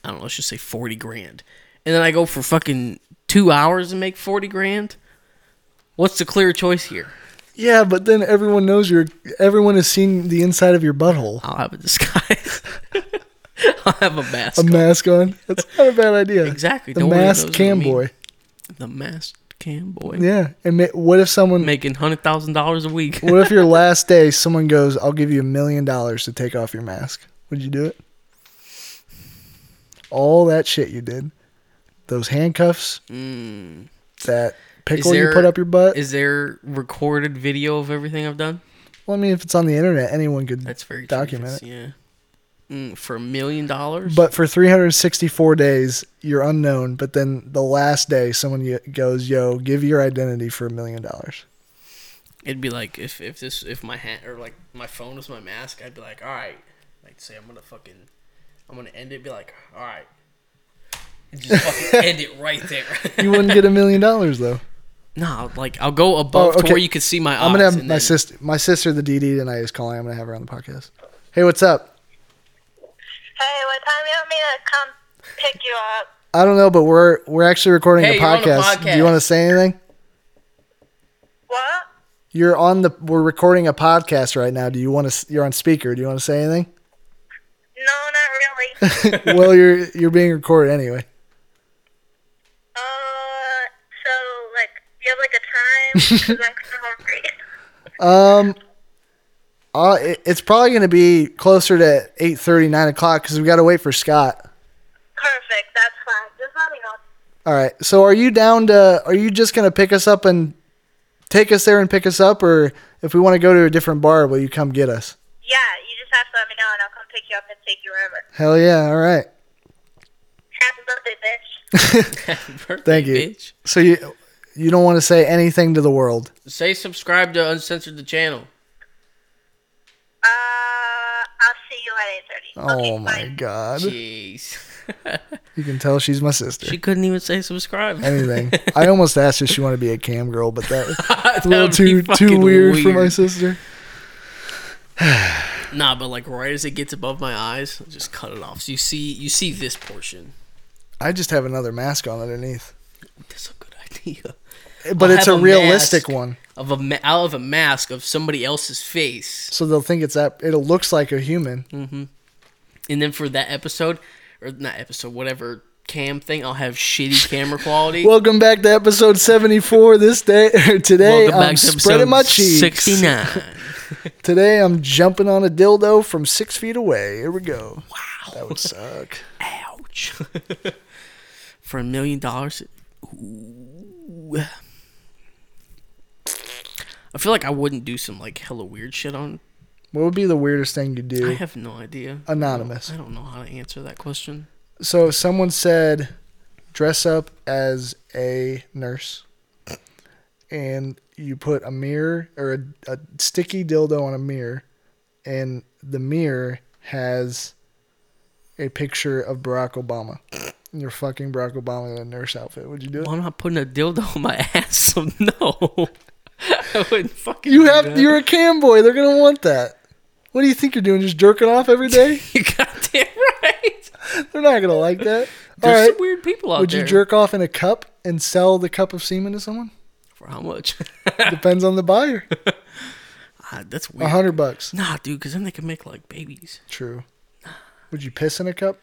Speaker 2: I don't know, let's just say forty grand, and then I go for fucking two hours and make forty grand. What's the clear choice here?
Speaker 5: yeah, but then everyone knows your. Everyone has seen the inside of your butthole.
Speaker 2: I'll have a disguise. I'll have a mask.
Speaker 5: A
Speaker 2: on.
Speaker 5: mask on. That's not a bad idea.
Speaker 2: Exactly.
Speaker 5: The
Speaker 2: Nobody
Speaker 5: masked
Speaker 2: knows what I
Speaker 5: cam
Speaker 2: mean.
Speaker 5: boy.
Speaker 2: the mask cam boy.
Speaker 5: Yeah. And ma- what if someone
Speaker 2: Making hundred thousand dollars a week.
Speaker 5: what if your last day someone goes i'll give you a million dollars to take off your mask would you do it all that shit you did those handcuffs that pickle you
Speaker 2: Hmm. there-
Speaker 5: put up your butt
Speaker 2: Is there recorded video of everything I've done?
Speaker 5: well i mean if it's on the internet anyone could
Speaker 2: That's very true,
Speaker 5: document it
Speaker 2: Yeah. Mm, for a million dollars.
Speaker 5: but for 364 days you're unknown but then the last day someone y- goes yo give your identity for a million dollars
Speaker 2: It'd be like if if this if my hand or like my phone was my mask, I'd be like, all right, like say I'm gonna fucking, I'm gonna end it. Be like, all right, and just fucking end it right there.
Speaker 5: you wouldn't get a million dollars though
Speaker 2: no, like I'll go above
Speaker 5: Oh,
Speaker 2: to
Speaker 5: okay.
Speaker 2: where you can see my eyes.
Speaker 5: I'm gonna have
Speaker 2: and
Speaker 5: my
Speaker 2: then-
Speaker 5: sister, my sister, the DD tonight is calling. I'm gonna have her on the podcast. Hey, what's up?
Speaker 6: Hey, what time you want me to come pick you up?
Speaker 5: I don't know, but we're we're actually recording
Speaker 2: Hey,
Speaker 5: a,
Speaker 2: you're on a
Speaker 5: podcast. Do you
Speaker 2: podcast.
Speaker 5: want to say anything?
Speaker 6: What?
Speaker 5: You're on the. We're recording a podcast right now. Do you want to? You're on speaker. Do you want to say anything?
Speaker 6: No, not really.
Speaker 5: well, you're you're being recorded anyway.
Speaker 6: uh, so like, you have like a time? Cause I'm kind of hungry.
Speaker 5: Uh, it, it's probably gonna be closer to 8:30, 9 o'clock because we gotta wait for Scott.
Speaker 6: Perfect, that's fine. Just let me know.
Speaker 5: All right. So are you down to? Are you just gonna pick us up and take us there and pick us up, or if we want to go to a different bar, will you come get us?
Speaker 6: Yeah, you just have to let me know and I'll come pick you up and take you wherever.
Speaker 5: Hell yeah. All right.
Speaker 6: Happy birthday, bitch.
Speaker 2: Happy birthday,
Speaker 5: Thank you.
Speaker 2: Bitch.
Speaker 5: So you you don't want to say anything to the world.
Speaker 2: Say subscribe to Uncensored the channel.
Speaker 6: Uh, I'll see you at 8.30.
Speaker 5: Oh my god.
Speaker 2: Jeez.
Speaker 5: You can tell she's my sister.
Speaker 2: she couldn't even say subscribe.
Speaker 5: anything. I almost asked if she wanted to be a cam girl, but that
Speaker 2: That
Speaker 5: a little
Speaker 2: would be
Speaker 5: too too
Speaker 2: fucking
Speaker 5: weird, for my sister.
Speaker 2: Nah, but like right as it gets above my eyes, I'll just cut it off. So you see, you see this portion.
Speaker 5: I just have another mask on underneath,
Speaker 2: That's a good idea.
Speaker 5: but
Speaker 2: I'll
Speaker 5: it's a,
Speaker 2: have a
Speaker 5: realistic
Speaker 2: mask.
Speaker 5: one,
Speaker 2: Of a ma- out of a mask of somebody else's face,
Speaker 5: so they'll think it's that. It looks like a human.
Speaker 2: and then for that episode, or not episode, whatever cam thing, I'll have shitty camera quality.
Speaker 5: Welcome back to episode seventy four. This day or today, I'm spreading um, my cheeks.
Speaker 2: sixty nine.
Speaker 5: Today, I'm jumping on a dildo from six feet away. Here we go. Wow, that would suck.
Speaker 2: Ouch. for a million dollars. ooh. I feel like I wouldn't do some like hella weird shit on.
Speaker 5: What would be the weirdest thing you
Speaker 2: I
Speaker 5: do?
Speaker 2: have no idea.
Speaker 5: Anonymous.
Speaker 2: I don't know how to answer that question.
Speaker 5: So if someone said, dress up as a nurse, and you put a mirror or a, a sticky dildo on a mirror, and the mirror has a picture of Barack Obama. And You're fucking Barack Obama in a nurse outfit. Would you do it?
Speaker 2: Well, I'm not putting a dildo on my ass, so no. I wouldn't fucking.
Speaker 5: You
Speaker 2: do
Speaker 5: have
Speaker 2: that.
Speaker 5: you're a cam boy. They're gonna want that. What do you think you're doing? Just jerking off every day?
Speaker 2: You're goddamn right.
Speaker 5: They're not gonna like that. All
Speaker 2: There's
Speaker 5: right.
Speaker 2: some weird people out
Speaker 5: Would
Speaker 2: there.
Speaker 5: you jerk off in a cup and sell the cup of semen to someone?
Speaker 2: For how much?
Speaker 5: Depends on the buyer.
Speaker 2: Ah, that's
Speaker 5: A
Speaker 2: weird.
Speaker 5: hundred bucks.
Speaker 2: Nah, dude, because then they can make like babies
Speaker 5: True. Would you piss in a cup?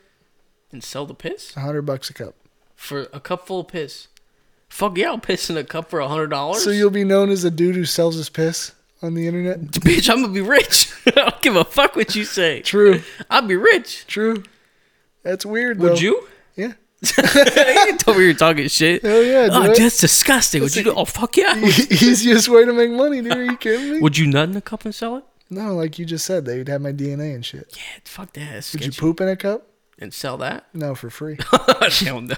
Speaker 2: and sell the piss
Speaker 5: A hundred bucks a cup.
Speaker 2: for a cup full of piss. Fuck yeah, I'll piss in a cup for a hundred dollars.
Speaker 5: So you'll be known as a dude who sells his piss on the internet.
Speaker 2: bitch, I'm gonna be rich. I don't give a fuck what you say.
Speaker 5: True.
Speaker 2: I'll be rich.
Speaker 5: True. That's weird though.
Speaker 2: Would you?
Speaker 5: Yeah.
Speaker 2: you told me you were talking shit.
Speaker 5: Hell yeah,
Speaker 2: Oh,
Speaker 5: dude.
Speaker 2: that's disgusting. Would you? Do- oh, fuck yeah. I would.
Speaker 5: Easiest way to make money, dude. Are you kidding me?
Speaker 2: Would you nut in a cup and sell it?
Speaker 5: No, like you just said, they'd have my DNA and shit.
Speaker 2: Yeah, fuck that. That's
Speaker 5: Would you
Speaker 2: sketchy.
Speaker 5: poop in a cup?
Speaker 2: and sell that?
Speaker 5: No, for free.
Speaker 2: Hell no.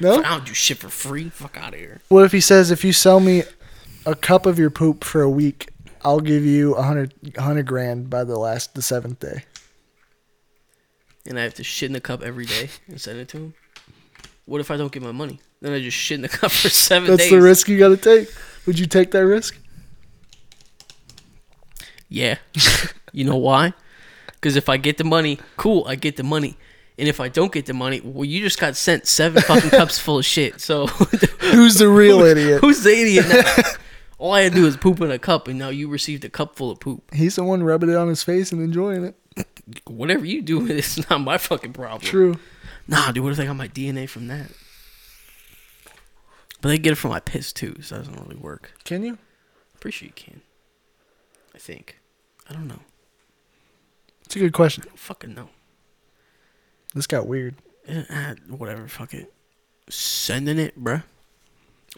Speaker 5: No?
Speaker 2: I don't do shit for free. Fuck out of here.
Speaker 5: What if he says if you sell me a cup of your poop for a week, I'll give you a hundred a hundred grand by the last the seventh day.
Speaker 2: And I have to shit in a cup every day and send it to him. What if I don't get my money? Then I just shit in the cup for seven
Speaker 5: That's
Speaker 2: days.
Speaker 5: the risk you gotta take. Would you take that risk?
Speaker 2: Yeah. you know why? Because if I get the money, cool, I get the money. And if I don't get the money, well, you just got sent seven fucking cups full of shit. So
Speaker 5: Who's the real idiot?
Speaker 2: who's the idiot now? All I had to do is poop in a cup, and now you received a cup full of poop.
Speaker 5: He's the one rubbing it on his face and enjoying it.
Speaker 2: Whatever you do, it's not my fucking problem.
Speaker 5: True.
Speaker 2: Nah, dude, what if they got my DNA from that? But they get it from my piss too, so that doesn't really work.
Speaker 5: Can you?
Speaker 2: Pretty sure you can. I think. I don't know.
Speaker 5: It's a good question.
Speaker 2: Fucking know.
Speaker 5: This got weird.
Speaker 2: Eh, ah, whatever, fuck it. Sending it, bruh.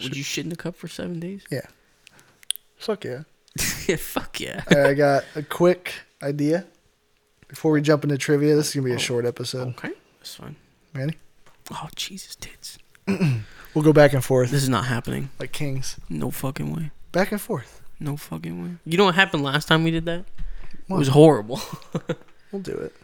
Speaker 2: Would you shit in the cup for seven days?
Speaker 5: Yeah. Fuck yeah.
Speaker 2: yeah, fuck yeah.
Speaker 5: All right, I got a quick idea. Before we jump into trivia, this is gonna be a short episode.
Speaker 2: Okay, that's fine.
Speaker 5: Ready?
Speaker 2: Oh, Jesus, tits.
Speaker 5: We'll go back and forth
Speaker 2: This is not happening.
Speaker 5: like kings.
Speaker 2: No fucking way.
Speaker 5: Back and forth.
Speaker 2: No fucking way. You know what happened last time we did that? It was
Speaker 5: What?
Speaker 2: horrible.
Speaker 5: We'll do it.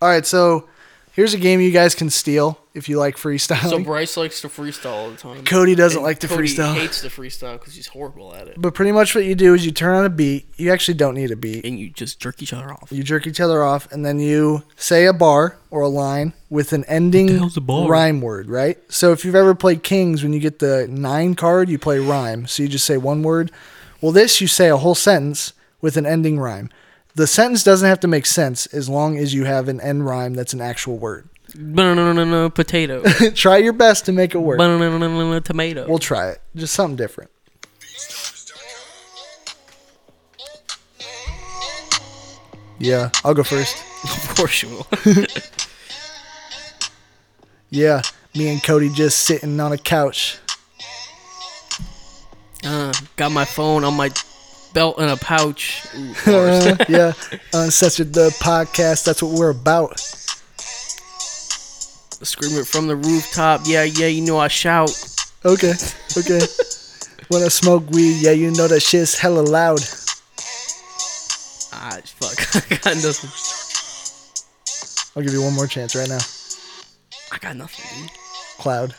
Speaker 5: All right, so here's a game you guys can steal if you like freestyling.
Speaker 2: so Bryce likes to freestyle all the time.
Speaker 5: Cody doesn't
Speaker 2: And
Speaker 5: like to
Speaker 2: Cody
Speaker 5: freestyle.
Speaker 2: hates to freestyle because he's horrible at it.
Speaker 5: but pretty much what you do is you turn on a beat. You actually don't need a beat.
Speaker 2: And you just jerk each other off.
Speaker 5: You jerk each other off, and then you say a bar or a line with an ending
Speaker 2: hell's a bar?
Speaker 5: rhyme word, right? So if you've ever played Kings, when you get the nine card, you play rhyme. So you just say one word. Well, this you say a whole sentence with an ending rhyme. The sentence doesn't have to make sense as long as you have an end rhyme that's an actual word.
Speaker 2: No, no, no, no, no, potato.
Speaker 5: Try your best to make it work.
Speaker 2: Banana tomato.
Speaker 5: We'll try it. Just something different. Yeah, I'll go first.
Speaker 2: of course you will.
Speaker 5: Yeah, me and Cody just sitting on a couch.
Speaker 2: Uh, got my phone on my belt in a pouch. Ooh,
Speaker 5: Uh, yeah, uncensored the podcast. That's what we're about.
Speaker 2: Scream it from the rooftop. Yeah, yeah, you know I shout.
Speaker 5: Okay, okay. when I smoke weed, yeah, you know that shit's hella loud.
Speaker 2: Ah, fuck. I got nothing.
Speaker 5: I'll give you one more chance right now.
Speaker 2: I got nothing, dude.
Speaker 5: Cloud.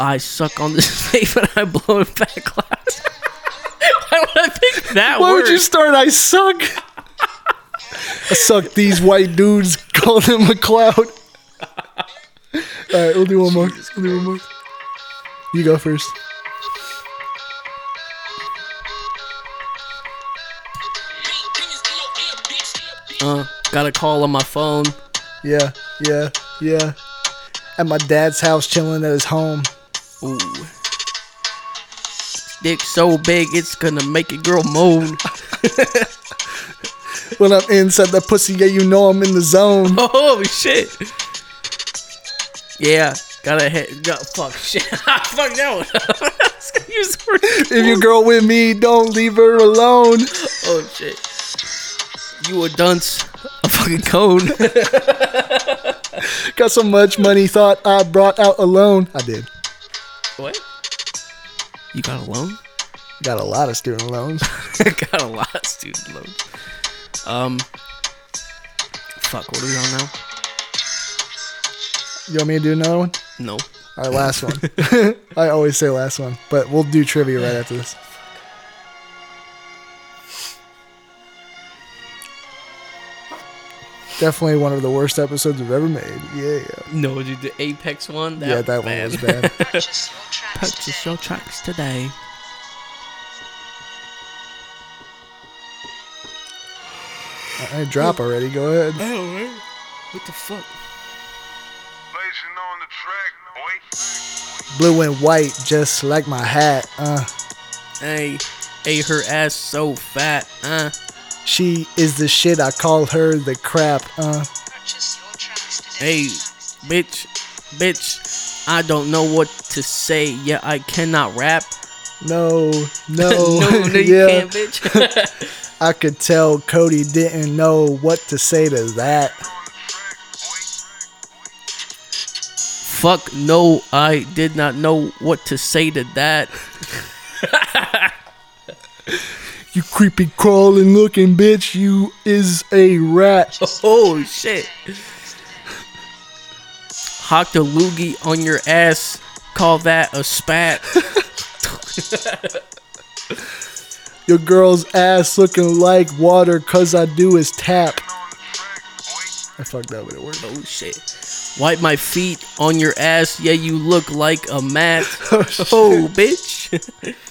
Speaker 2: I suck on this vape and I blow it back loud. Why would I pick that
Speaker 5: Why
Speaker 2: word?
Speaker 5: would you start? I suck. I suck these white dudes. Call them a cloud. All right, we'll do one more. We'll do one more. You go first.
Speaker 2: uh, got a call on my phone.
Speaker 5: Yeah, yeah, yeah. At my dad's house, chilling at his home.
Speaker 2: Ooh. Dick so big it's gonna make a girl moan.
Speaker 5: When I'm inside the pussy, yeah, you know I'm in the zone.
Speaker 2: Oh shit. Yeah, got a head. Got, fuck shit. fuck that one. I was gonna use the word-
Speaker 5: If your girl with me, don't leave her alone.
Speaker 2: oh shit. You a dunce. A fucking cone.
Speaker 5: Got so much money, thought I brought out a loan. I did.
Speaker 2: what? You got a loan?
Speaker 5: Got a lot of student loans.
Speaker 2: got a lot of student loans. Um. Fuck. What are we on now?
Speaker 5: You want me to do another one?
Speaker 2: No.
Speaker 5: All right, last one. I always say last one, but we'll do trivia right after this. Definitely one of the worst episodes I've ever made. Yeah,
Speaker 2: No, dude. The Apex one. That
Speaker 5: yeah, that one was bad.
Speaker 2: Purchase your tracks today.
Speaker 5: I I drop already. Go ahead.
Speaker 2: What the fuck?
Speaker 7: on the track, boy.
Speaker 5: Blue and white, just like my hat. Uh,
Speaker 2: Hey, hey, her ass so fat. Uh,
Speaker 5: she is the shit. I call her the crap. Uh,
Speaker 2: hey, bitch, bitch. I don't know what to say. Yeah, I cannot rap.
Speaker 5: no, no,
Speaker 2: no, no, you
Speaker 5: yeah.
Speaker 2: can't, bitch.
Speaker 5: I could tell Cody didn't know what to say to that.
Speaker 2: Fuck no, I did not know what to say to that.
Speaker 5: You creepy crawling looking bitch, you is a rat.
Speaker 2: Oh shit. Hock the loogie on your ass. Call that a spat.
Speaker 5: Your girl's ass looking like water, cause I do is tap. I fucked up, but it worked.
Speaker 2: Oh shit. Wipe my feet on your ass. Yeah, you look like a mat. oh bitch.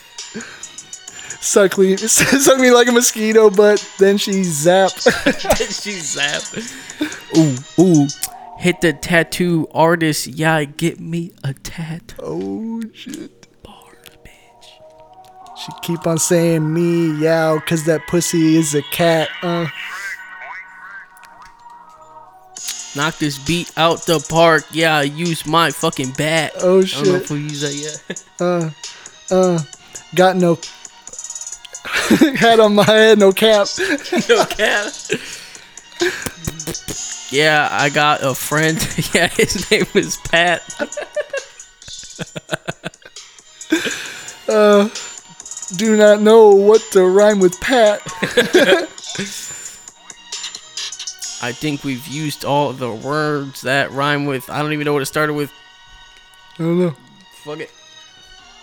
Speaker 5: Suck me, suck me like a mosquito, but then she zap.
Speaker 2: she zapped. Ooh, ooh. Hit the tattoo artist. Yeah, get me a tat.
Speaker 5: oh shit.
Speaker 2: Bars, bitch.
Speaker 5: She keep on saying me yow, cause that pussy is a cat. Uh,
Speaker 2: Knock this beat out the park. Yeah, I use my fucking bat.
Speaker 5: Oh,
Speaker 2: I don't know
Speaker 5: shit.
Speaker 2: if we use that yet.
Speaker 5: got no hat on my head, no cap.
Speaker 2: no cap. Yeah, I got a friend. Yeah, his name is Pat.
Speaker 5: Do not know what to rhyme with pat.
Speaker 2: I think we've used all the words that rhyme with. I don't even know what it started with.
Speaker 5: I don't know.
Speaker 2: Fuck it.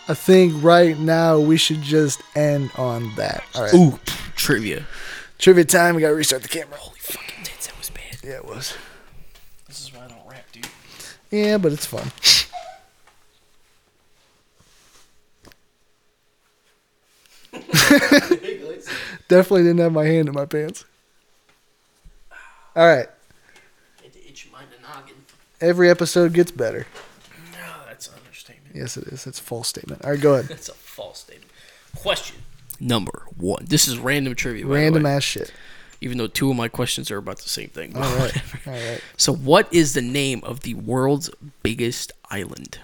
Speaker 5: I think right now we should just end on that. All right.
Speaker 2: Ooh, trivia.
Speaker 5: Trivia time. We gotta restart the camera. Holy
Speaker 2: Fucking tits, that was bad.
Speaker 5: yeah, it was.
Speaker 2: This is why I don't rap, dude.
Speaker 5: Yeah, but it's fun. Definitely didn't have my hand in my pants. All right.
Speaker 2: Had to itch my noggin.
Speaker 5: Every episode gets better.
Speaker 2: No, that's an understatement.
Speaker 5: Yes, it is. That's a false statement. All right, go ahead.
Speaker 2: That's a false statement. Question number one. This is random trivia. by the
Speaker 5: Random
Speaker 2: way,
Speaker 5: ass shit.
Speaker 2: Even though two of my questions are about the same thing.
Speaker 5: All right. All right.
Speaker 2: So, what is the name of the world's biggest island?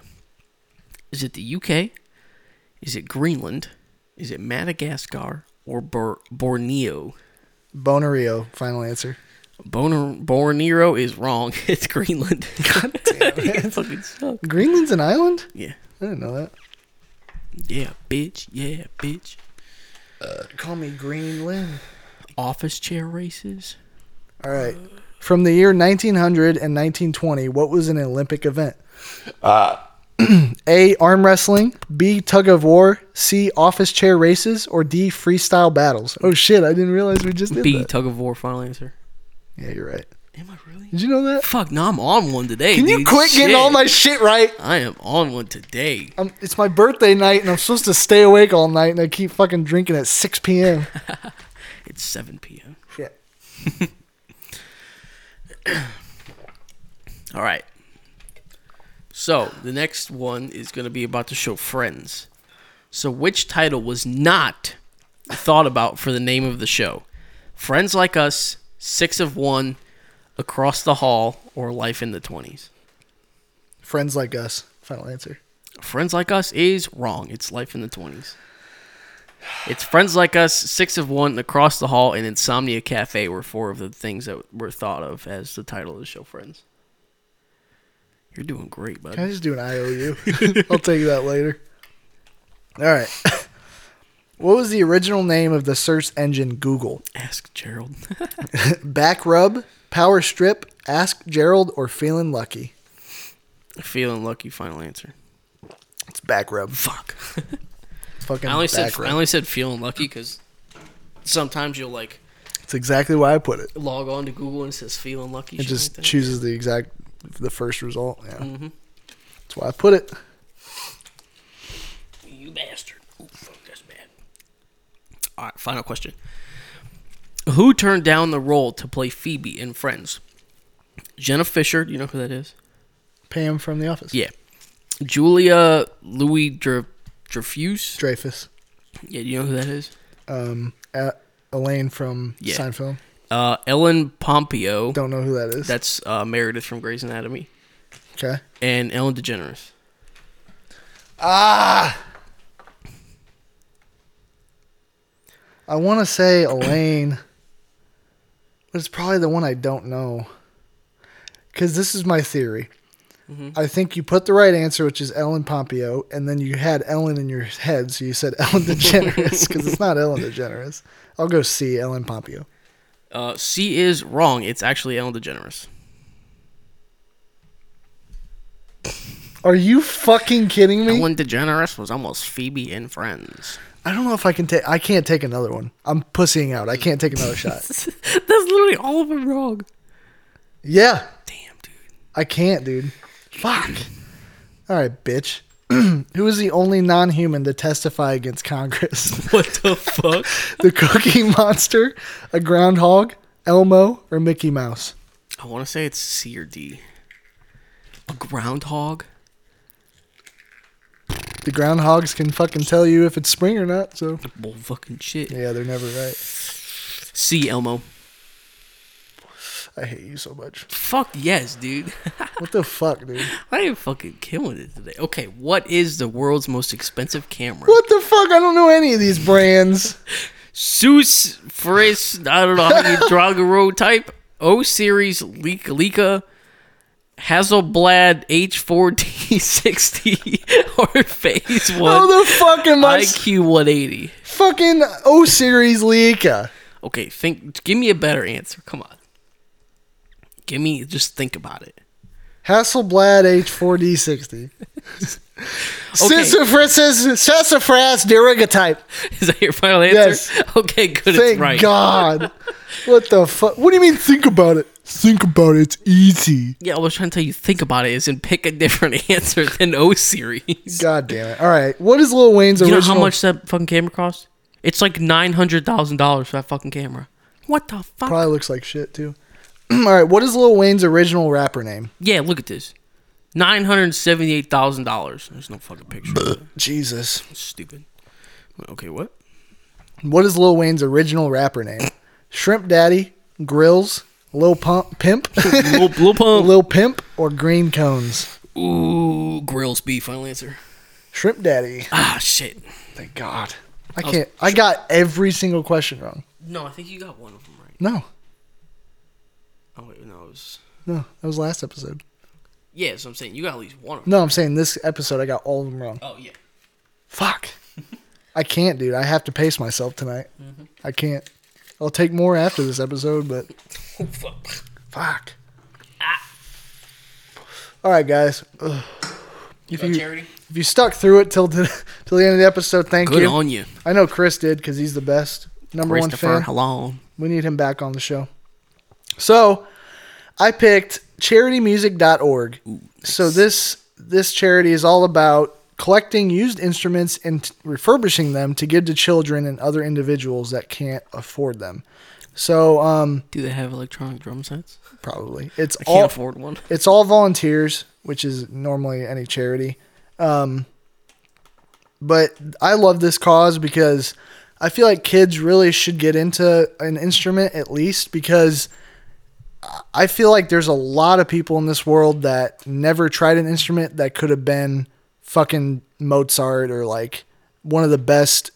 Speaker 2: Is it the UK, Is it Greenland? Is it Madagascar or Bor- Borneo?
Speaker 5: Bonario, final answer.
Speaker 2: Boner- Borneo is wrong. It's Greenland. God damn it. fucking suck.
Speaker 5: Greenland's an island?
Speaker 2: Yeah.
Speaker 5: I didn't know that.
Speaker 2: Yeah, bitch. Yeah, bitch.
Speaker 5: Call me Greenland.
Speaker 2: Office chair races.
Speaker 5: All right. From the year 1900 and 1920, what was an Olympic event? Uh, A. Arm wrestling. B. Tug of war. C. Office chair races. Or D. Freestyle battles. Oh shit! I didn't realize we just did
Speaker 2: B,
Speaker 5: that.
Speaker 2: tug of war, final answer.
Speaker 5: Yeah, you're right.
Speaker 2: Am I really?
Speaker 5: Did you know that?
Speaker 2: Fuck, no, I'm on one today.
Speaker 5: Can you
Speaker 2: dude.
Speaker 5: quit
Speaker 2: Shit.
Speaker 5: getting all my shit right?
Speaker 2: I am on one today.
Speaker 5: Um, it's my birthday night, and I'm supposed to stay awake all night, and I keep fucking drinking at 6 p.m.
Speaker 2: It's 7 p.m.
Speaker 5: Shit.
Speaker 2: All right. So, the next one is going to be about the show Friends. So, which title was not thought about for the name of the show? Friends Like Us, Six of One, Across the Hall, or Life in the 20s?
Speaker 5: Friends like us. Final answer.
Speaker 2: Friends Like Us is wrong. It's Life in the 20s. It's Friends Like Us, Six of One, Across the Hall, and Insomnia Cafe were four of the things that were thought of as the title of the show Friends. You're doing great, bud.
Speaker 5: Can I just do an IOU? I'll take that later. All right. What was the original name of the search engine Google?
Speaker 2: Ask Gerald.
Speaker 5: Back rub, power strip, ask Gerald, or feeling lucky?
Speaker 2: Feeling lucky. Final answer.
Speaker 5: It's back rub.
Speaker 2: Fuck.
Speaker 5: Fucking
Speaker 2: I only
Speaker 5: back
Speaker 2: said
Speaker 5: rub.
Speaker 2: I only said feeling lucky because sometimes you'll like
Speaker 5: it's exactly why I put it.
Speaker 2: log on to Google and it says feeling lucky.
Speaker 5: It
Speaker 2: shit Mm-hmm.
Speaker 5: just
Speaker 2: like that.
Speaker 5: chooses the exact, the first result. Yeah. That's why I put it.
Speaker 2: you bastard. Ooh, fuck, that's bad. All right. Final question. Who turned down the role to play Phoebe in Friends? Jenna Fisher. Do you know who that is?
Speaker 5: Pam from The Office.
Speaker 2: Yeah. Julia Louis Dreyfus. Dreyfus.
Speaker 5: Dreyfus.
Speaker 2: Yeah. Do you know who that is?
Speaker 5: Um, uh, Elaine from
Speaker 2: Yeah.
Speaker 5: Seinfeld.
Speaker 2: Uh, Ellen Pompeo.
Speaker 5: Don't know who that is.
Speaker 2: That's uh, Meredith from Grey's Anatomy.
Speaker 5: okay.
Speaker 2: and Ellen DeGeneres.
Speaker 5: I want to say Elaine, but it's probably the one I don't know. Because this is my theory. I think you put the right answer, which is Ellen Pompeo, and then you had Ellen in your head, so you said Ellen DeGeneres, because it's not Ellen DeGeneres. I'll go see Ellen Pompeo.
Speaker 2: Uh, C is wrong. It's actually Ellen DeGeneres.
Speaker 5: Are you fucking kidding me?
Speaker 2: Ellen DeGeneres was almost Phoebe in Friends.
Speaker 5: I don't know if I can take. I can't take another one. I'm pussying out. I can't take another shot.
Speaker 2: That's literally all of them wrong.
Speaker 5: Yeah,
Speaker 2: Damn, dude.
Speaker 5: I can't, dude. Fuck. All right, bitch. Who is the only non-human to testify against Congress?
Speaker 2: What the fuck?
Speaker 5: the Cookie Monster, a groundhog, Elmo, or Mickey Mouse?
Speaker 2: I want to say it's C or D. A groundhog?
Speaker 5: The groundhogs can fucking tell you if it's spring or not. So
Speaker 2: Bull fucking shit.
Speaker 5: yeah, they're never right.
Speaker 2: C, Elmo.
Speaker 5: I hate you so much.
Speaker 2: Fuck yes, dude.
Speaker 5: What the fuck, dude?
Speaker 2: I am fucking killing it today. Okay, what is the world's most expensive camera?
Speaker 5: What the fuck? I don't know any of these brands.
Speaker 2: Seuss, Friss, I don't know how you Dragaro type, O series, Leica, Leica, Hasselblad H4D60, or Phase 1,
Speaker 5: How the fuck am I? s-
Speaker 2: IQ 180.
Speaker 5: fucking O Series Leica.
Speaker 2: Okay, think. give me a better answer. Come on. Give me, just think about it.
Speaker 5: Hasselblad H4D60. Sassafras, Sassafras Dirigatype.
Speaker 2: Is that your final answer?
Speaker 5: Yes.
Speaker 2: Okay, good.
Speaker 5: Thank
Speaker 2: it's right.
Speaker 5: God. What the fuck? What do you mean? Think about it. Think about it. It's easy.
Speaker 2: Yeah, I was trying to tell you, think about it, is and pick a different answer than O series.
Speaker 5: God damn it! All right, what is Lil Wayne's
Speaker 2: You know
Speaker 5: original?
Speaker 2: how much that fucking camera costs? It's like nine hundred thousand dollars for that fucking camera. What the fuck?
Speaker 5: Probably looks like shit too. All right, what is Lil Wayne's original rapper name?
Speaker 2: Yeah, look at this. Nine hundred seventy-eight thousand dollars. There's no fucking picture.
Speaker 5: Jesus.
Speaker 2: That's stupid. Okay, what?
Speaker 5: What is Lil Wayne's original rapper name? Shrimp Daddy, Grills, Lil Pump, Pimp,
Speaker 2: Lil, Lil Pump.
Speaker 5: Lil Pimp, or Green Cones?
Speaker 2: Ooh, grills B. Final answer.
Speaker 5: Shrimp Daddy.
Speaker 2: Ah, shit.
Speaker 5: Thank God. I can't. I got every single question wrong.
Speaker 2: No, I think you got one of them right.
Speaker 5: No,
Speaker 2: Oh wait, no, it was.
Speaker 5: no, that was last episode.
Speaker 2: Yeah, that's what I'm saying. You got at least one of them.
Speaker 5: No, I'm saying this episode. I got all of them wrong.
Speaker 2: Oh yeah.
Speaker 5: Fuck. I can't, dude. I have to pace myself tonight.
Speaker 2: Mm-hmm.
Speaker 5: I can't. I'll take more after this episode, but
Speaker 2: Oh fuck. Ah.
Speaker 5: fuck. All right, guys. Ugh. If
Speaker 2: Got
Speaker 5: you
Speaker 2: charity.
Speaker 5: if you stuck through it till the, till the end of the episode, thank
Speaker 2: Good
Speaker 5: you.
Speaker 2: on you,
Speaker 5: I know Chris did because he's the best number one
Speaker 2: Christopher.
Speaker 5: fan.
Speaker 2: Hello.
Speaker 5: We need him back on the show. So I picked charitymusic.org. So this this charity is all about collecting used instruments and t- refurbishing them to give to children and other individuals that can't afford them. So um,
Speaker 2: Do they have electronic drum sets?
Speaker 5: probably it's
Speaker 2: I can't
Speaker 5: all
Speaker 2: afford one.
Speaker 5: it's all volunteers, which is normally any charity. Um, but I love this cause because I feel like kids really should get into an instrument at least because I feel like there's a lot of people in this world that never tried an instrument that could have been fucking Mozart or like one of the best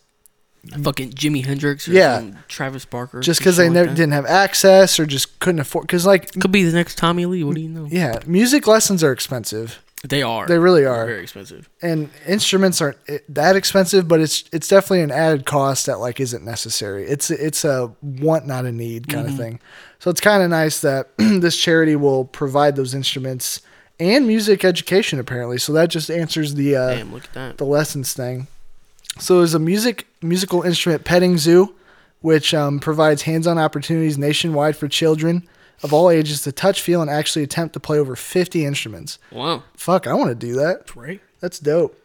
Speaker 2: Fucking Jimi Hendrix or
Speaker 5: Yeah.
Speaker 2: some Travis Barker. or
Speaker 5: just
Speaker 2: some
Speaker 5: because they
Speaker 2: shit like
Speaker 5: never
Speaker 2: that.
Speaker 5: didn't have access or just couldn't afford because like
Speaker 2: Could be the next Tommy Lee. What do you know?
Speaker 5: yeah music lessons are expensive
Speaker 2: They are.
Speaker 5: They really are.
Speaker 2: Very expensive.
Speaker 5: and instruments aren't i- that expensive, but it's it's definitely an added cost that like isn't necessary. It's it's a want not a need kind of thing. So it's kind of nice that this charity will provide those instruments and music education apparently. So that just answers the uh,
Speaker 2: Damn, look at that.
Speaker 5: the lessons thing. So there's a music musical instrument petting zoo, which um, provides hands-on opportunities nationwide for children of all ages to touch, feel, and actually attempt to play over 50 instruments.
Speaker 2: wow.
Speaker 5: Fuck, I want to do that.
Speaker 2: Right?
Speaker 5: That's dope.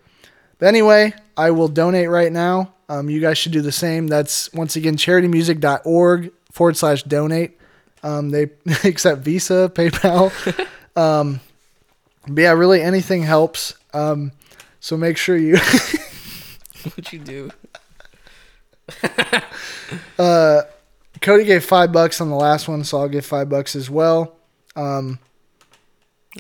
Speaker 5: But anyway, I will donate right now. Um, you guys should do the same. That's once again charitymusic.org forward slash donate. Um, they accept Visa, PayPal. um, but yeah, really anything helps. Um, so make sure you.
Speaker 2: What'd you do?
Speaker 5: Cody gave five bucks on the last one, so I'll give five bucks as well.
Speaker 2: I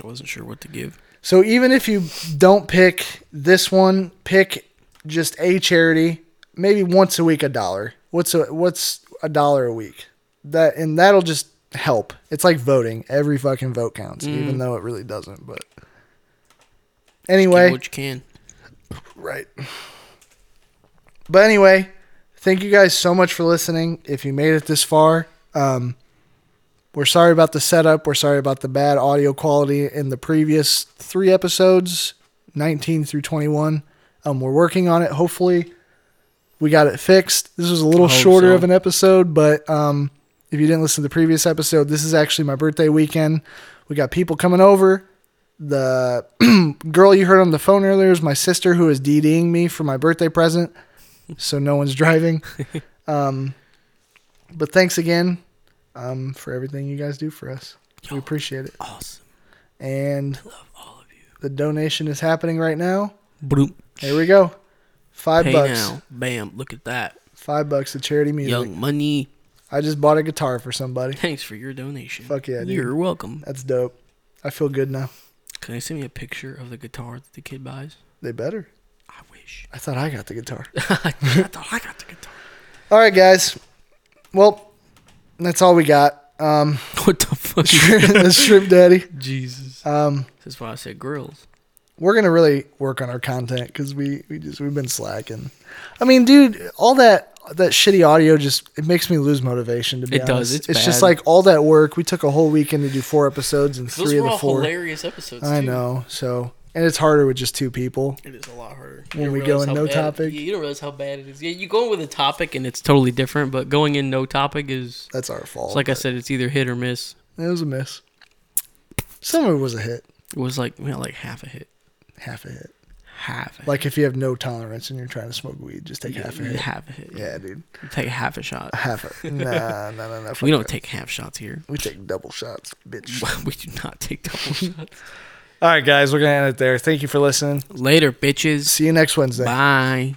Speaker 2: wasn't sure what to give.
Speaker 5: So even if you don't pick this one, pick just a charity, maybe once a week a dollar. What's a what's a dollar a week? That and that'll just help. It's like voting. Every fucking vote counts, even though it really doesn't, but
Speaker 2: Give
Speaker 5: anyway,
Speaker 2: what you can.
Speaker 5: right. But anyway, thank you guys so much for listening. If you made it this far, um we're sorry about the setup. We're sorry about the bad audio quality in the previous three episodes, 19 through 21. Um, we're working on it. Hopefully, we got it fixed. This was a little
Speaker 2: hope
Speaker 5: shorter
Speaker 2: so.
Speaker 5: of an episode, but um, if you didn't listen to the previous episode, this is actually my birthday weekend. We got people coming over. The girl you heard on the phone earlier is my sister who is DDing me for my birthday present, so no one's driving. Um, but thanks again um, for everything you guys do for us. We appreciate it.
Speaker 2: Oh, Awesome.
Speaker 5: And
Speaker 2: Love all of you.
Speaker 5: the donation is happening right now.
Speaker 2: Bloop.
Speaker 5: Here we go. Five
Speaker 2: Pay
Speaker 5: bucks.
Speaker 2: now. Bam. Look at that.
Speaker 5: Five bucks to charity music.
Speaker 2: Young money.
Speaker 5: I just bought a guitar for somebody.
Speaker 2: Thanks for your donation.
Speaker 5: Fuck yeah, dude.
Speaker 2: You're welcome.
Speaker 5: That's dope. I feel good now.
Speaker 2: Can they send me a picture of the guitar that the kid buys?
Speaker 5: They better.
Speaker 2: I wish.
Speaker 5: I thought I got the guitar.
Speaker 2: I thought I got the guitar.
Speaker 5: all right, guys. Well, that's all we got. Um,
Speaker 2: What the fuck?
Speaker 5: that's Shrimp Daddy.
Speaker 2: Jesus.
Speaker 5: Um,
Speaker 2: That's why I said grills.
Speaker 5: we're gonna really work on our content because we we just we've been slacking. I mean, dude, all that that shitty audio just it makes me lose motivation. To be
Speaker 2: It does.
Speaker 5: honest,
Speaker 2: It's
Speaker 5: just
Speaker 2: bad.
Speaker 5: like all that work. We took a whole weekend to do four episodes and
Speaker 2: Those
Speaker 5: three of
Speaker 2: were
Speaker 5: the
Speaker 2: all
Speaker 5: four.
Speaker 2: hilarious episodes.
Speaker 5: I
Speaker 2: too.
Speaker 5: know. So and it's harder with just two people.
Speaker 2: It is a lot harder.
Speaker 5: When
Speaker 2: You don't
Speaker 5: we go
Speaker 2: realize
Speaker 5: in
Speaker 2: how
Speaker 5: no
Speaker 2: bad-
Speaker 5: topic?
Speaker 2: yeah, you don't realize how bad it is. Yeah, you go in with a topic and it's totally different, but going in no topic is,
Speaker 5: That's our fault.
Speaker 2: it's like I said, it's either hit or miss.
Speaker 5: It was a miss. Some of it was a hit,
Speaker 2: It was like, we had like half a hit.
Speaker 5: half a hit.
Speaker 2: Half a hit.
Speaker 5: Like if you have no tolerance and you're trying to smoke weed, just take half a hit.
Speaker 2: Half a hit.
Speaker 5: Yeah, dude,
Speaker 2: Take half a shot.
Speaker 5: half a. Nah, nah, nah, nah.
Speaker 2: We
Speaker 5: fuck
Speaker 2: don't
Speaker 5: that.
Speaker 2: take half shots here.
Speaker 5: We take double shots, bitch.
Speaker 2: we do not take double shots.
Speaker 5: All right, guys, we're gonna end it there. Thank you for listening.
Speaker 2: Later, bitches.
Speaker 5: See you next Wednesday.
Speaker 2: Bye.